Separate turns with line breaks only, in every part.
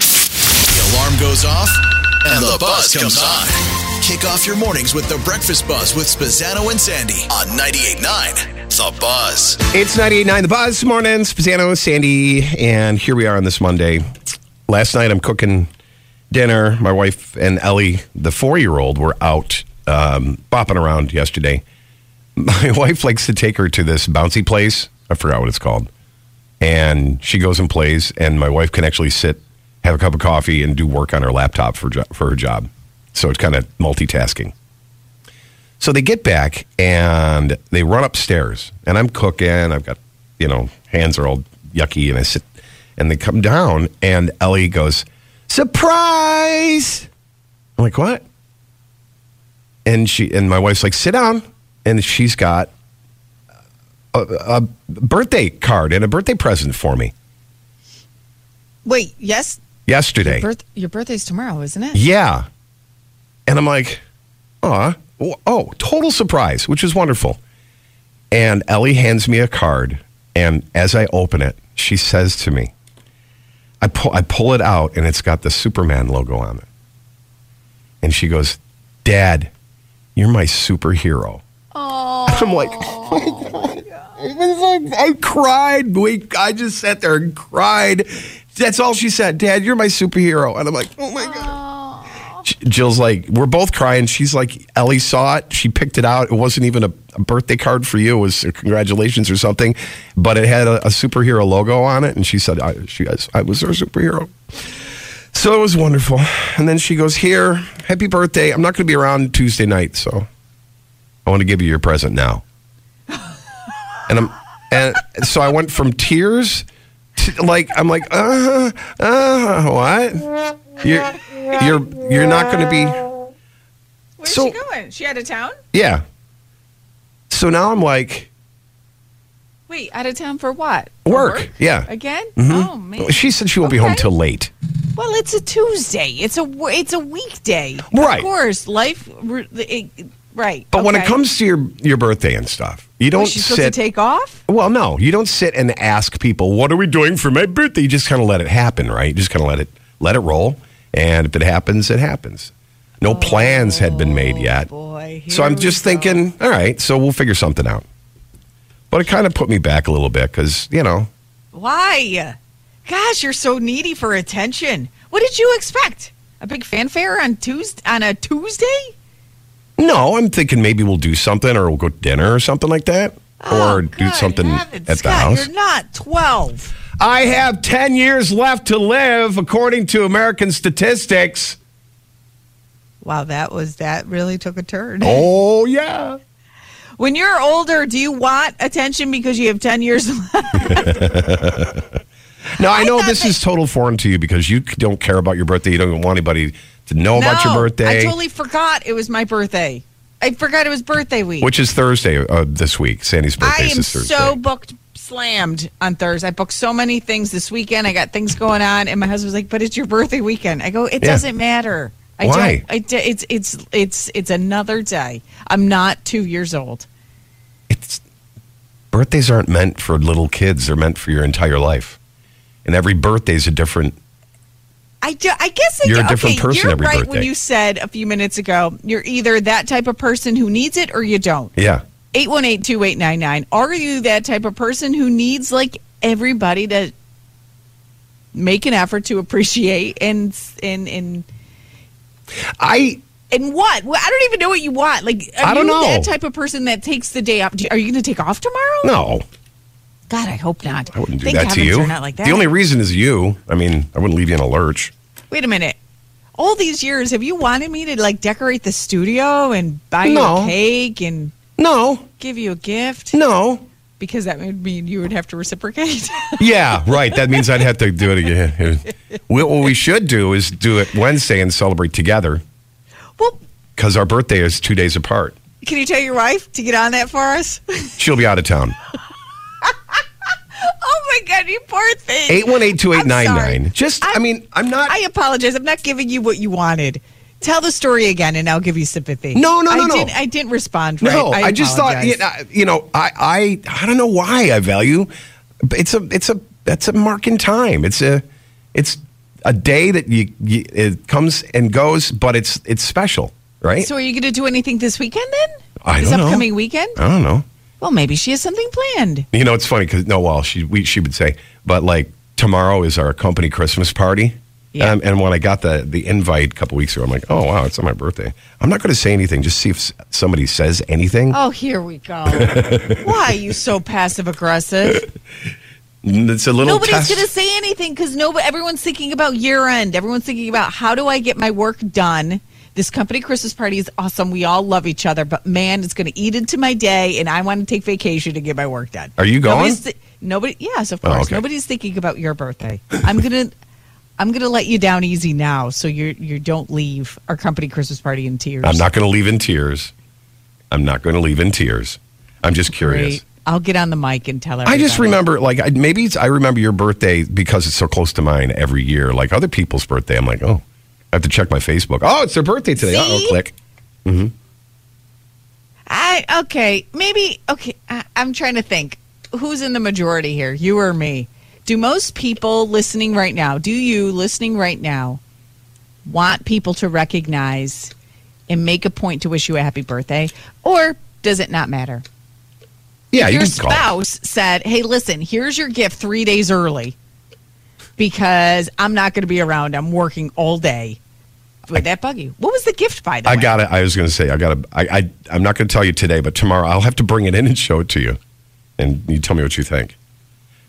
The alarm goes off, and the buzz comes on. Kick off your mornings with the breakfast buzz with Spazzano and Sandy on 98.9 The Buzz.
It's 98.9 The Buzz. Morning, Spazzano, Sandy, and here we are on this Monday. Last night I'm cooking dinner. My wife and Ellie, the four-year-old, were out um, bopping around yesterday. My wife likes to take her to this bouncy place. I forgot what it's called. And she goes and plays, and my wife can actually sit, have a cup of coffee, and do work on her laptop for, jo- for her job. So it's kind of multitasking. So they get back and they run upstairs, and I'm cooking. I've got, you know, hands are all yucky, and I sit, and they come down, and Ellie goes, "Surprise!" I'm like, "What?" And she and my wife's like, "Sit down," and she's got a, a birthday card and a birthday present for me
Wait, yes.
yesterday.
Birth, your birthday's tomorrow, isn't it?
Yeah. And I'm like, oh, oh, total surprise, which is wonderful. And Ellie hands me a card. And as I open it, she says to me, I pull, I pull it out and it's got the Superman logo on it. And she goes, Dad, you're my superhero. Oh. I'm like, oh my God. It was like- I cried. We, I just sat there and cried. That's all she said. Dad, you're my superhero. And I'm like, oh my God. Jill's like, we're both crying. She's like, Ellie saw it. She picked it out. It wasn't even a, a birthday card for you. It was a congratulations or something, but it had a, a superhero logo on it. And she said, I, she, I was her superhero. So it was wonderful. And then she goes, here, happy birthday. I'm not going to be around Tuesday night. So I want to give you your present now. and I'm, and so I went from tears to like, I'm like, uh, uh, what? You're you're you're not going to be
Where's
So-
she going? She out of town?
yeah. So now I'm like
Wait, out of town for what? For
work. Yeah.
Again? Oh man.
She said she won't be home
Okay.
till late.
Well, it's a Tuesday. It's a wo- it's a weekday.
Right.
Of course, life. re- It, it- right.
But when it
okay.
comes to your your birthday and stuff, you don't
was she supposed
sit
to take off?
Well, no, you don't sit and ask people, "What are we doing for my birthday?" You just kind of let it happen, right? You just kind of let it let it roll, and if it happens, it happens. No plans had been made yet.
Oh, Boy.
So I'm
here
just
we go.
thinking, all right, so we'll figure something out. But it kind of put me back a little bit because, you know,
Why? Gosh, you're so needy for attention. What did you expect? A big fanfare on Tuesday on a Tuesday?
no, I'm thinking maybe we'll do something or we'll go to dinner or something like that. or do
Oh, good
something
heavens,
at the
Scott,
house.
You're not 12.
I have 10 years left to live, according to American statistics.
Wow, that was that really took a turn.
Oh, yeah.
When you're older, do you want attention because you have 10 years left?
Now, I know this is total foreign to you because you don't care about your birthday. You don't want anybody to know about your
No,
birthday,
I totally forgot it was my birthday. I forgot it was birthday week.
which is Thursday uh, this week. Sandy's birthday
I
is
am
this Thursday.
so booked, slammed on Thursday. I booked so many things this weekend. I got things going on, and my husband's like, "But it's your birthday weekend." I go, "It
Yeah.
doesn't matter. I
Why?
Don't, I, d- it's it's it's it's another day. I'm not two years old.
it's birthdays aren't meant for little kids they're meant for your entire life and every birthday's a different
I, ju- I guess I
You're a
ju-
different
okay,
person
You're
every
right when
birthday.
you said a few minutes ago, you're either that type of person who needs it or you don't.
yeah
818-2899. Are you that type of person who needs like everybody to make an effort to appreciate and and and
I
and what? Well, I don't even know what you want. Like, are
I don't
you
know.
that type of person that takes the day off? Do- Are you going to take off tomorrow?
no,
God, I hope not.
I wouldn't do
Thank
that to
heavens
you.
You're not like that.
The only reason is you. I mean, I wouldn't leave you in a lurch.
Wait a minute. All these years, have you wanted me to like decorate the studio and buy you
No.
a cake and
No,
give you a gift?
no.
Because that would mean you would have to reciprocate.
Yeah, right. That means I'd have to do it again. We- What we should do is do it Wednesday and celebrate together
well,
because our birthday is two days apart.
can you tell your wife to get on that for us?
She'll be out of town.
oh my God, you poor thing.
818-2899. Just, I
I'm-
mean, I'm not.
I apologize. I'm not giving you what you wanted. Tell the story again, and I'll give you sympathy.
No, no, no,
I
no.
Didn't, I didn't respond. Right.
no, I, just thought,
apologize.
you know, you know, I, I, I don't know why I value. It's a, it's a, that's a mark in time. It's a, it's a day that you, you it comes and goes, but it's, it's special, right?
So, are you going to do anything this weekend then?
I
this
don't know.
upcoming weekend?
I don't know.
Well, maybe she has something planned.
You know, it's funny because no, well, she we, she would say, but like tomorrow is our company Christmas party.
Yeah.
Um, and when I got the the invite a couple weeks ago, I'm like, oh wow, it's on my birthday. I'm not going to say anything. Just see if s- somebody says anything.
Oh, here we go. Why are you so passive aggressive?
N- It's a little
Nobody's
test.
going to say anything because nobody. Everyone's thinking about year end. Everyone's thinking about how do I get my work done. This company Christmas party is awesome. We all love each other, but man, it's going to eat into my day, and I want to take vacation to get my work done.
Are you going?
Nobody's thi- nobody. Yes, of
Oh,
course.
okay.
Nobody's thinking about your birthday. I'm gonna. I'm gonna let you down easy now, so you you don't leave our company Christmas party in tears.
I'm not going to leave in tears. I'm not going to leave in tears. I'm just curious.
Great. I'll get on the mic and tell her.
I just remember, like, I, maybe it's, I remember your birthday because it's so close to mine every year. Like other people's birthday, I'm like, oh, I have to check my Facebook. Oh, it's their birthday today. Oh,
See?
click.
I okay, maybe okay. I, I'm trying to think who's in the majority here, you or me. Do most people listening right now? Do you listening right now want people to recognize and make a point to wish you a happy birthday, or does it not matter?
Yeah, Uh,
If
you
your
can call.
spouse said, "Hey, listen, here's your gift three days early because I'm not going to be around. I'm working all day." Would that bug you? What was the gift by the
I
way?
got to I was going to say I got to. I, I I'm not going to tell you today, but tomorrow I'll have to bring it in and show it to you, and you tell me what you think.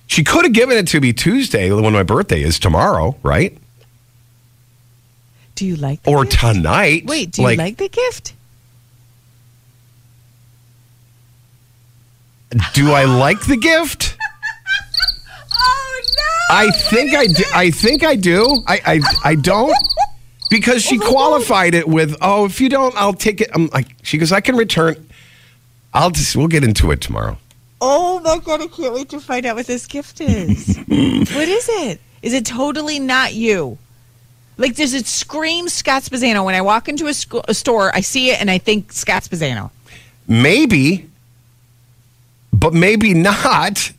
She could have given it to me Tuesday when my birthday is tomorrow, right?
Do you like the
Or
gift?
tonight.
Wait, do you like, the gift?
Do I like the gift?
Oh no!
I think I do. I think I do. I I, I don't because she qualified it with, "Oh, if you don't, I'll take it." I'm like, she goes, "I can return." I'll just we'll get into it tomorrow.
Oh my god! I can't wait to find out what this gift is. what is it? Is it totally not you? Like, does it scream Scott Spazzano when I walk into a, sc- a store? I see it and I think Scott Spazzano.
Maybe, but maybe not.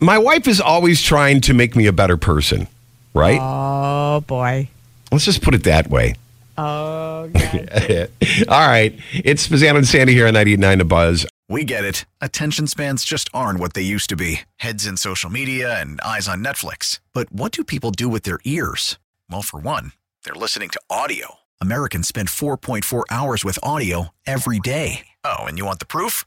My wife is always trying to make me a better person, right?
Oh boy!
Let's just put it that way.
Oh god!
All right. It's Fazan and Sandy here on 98.9 The Buzz.
We get it. Attention spans just aren't what they used to be heads in social media and eyes on Netflix. But what do people do with their ears? Well, for one, they're listening to audio. Americans spend 4.4 hours with audio every day. Oh, and you want the proof?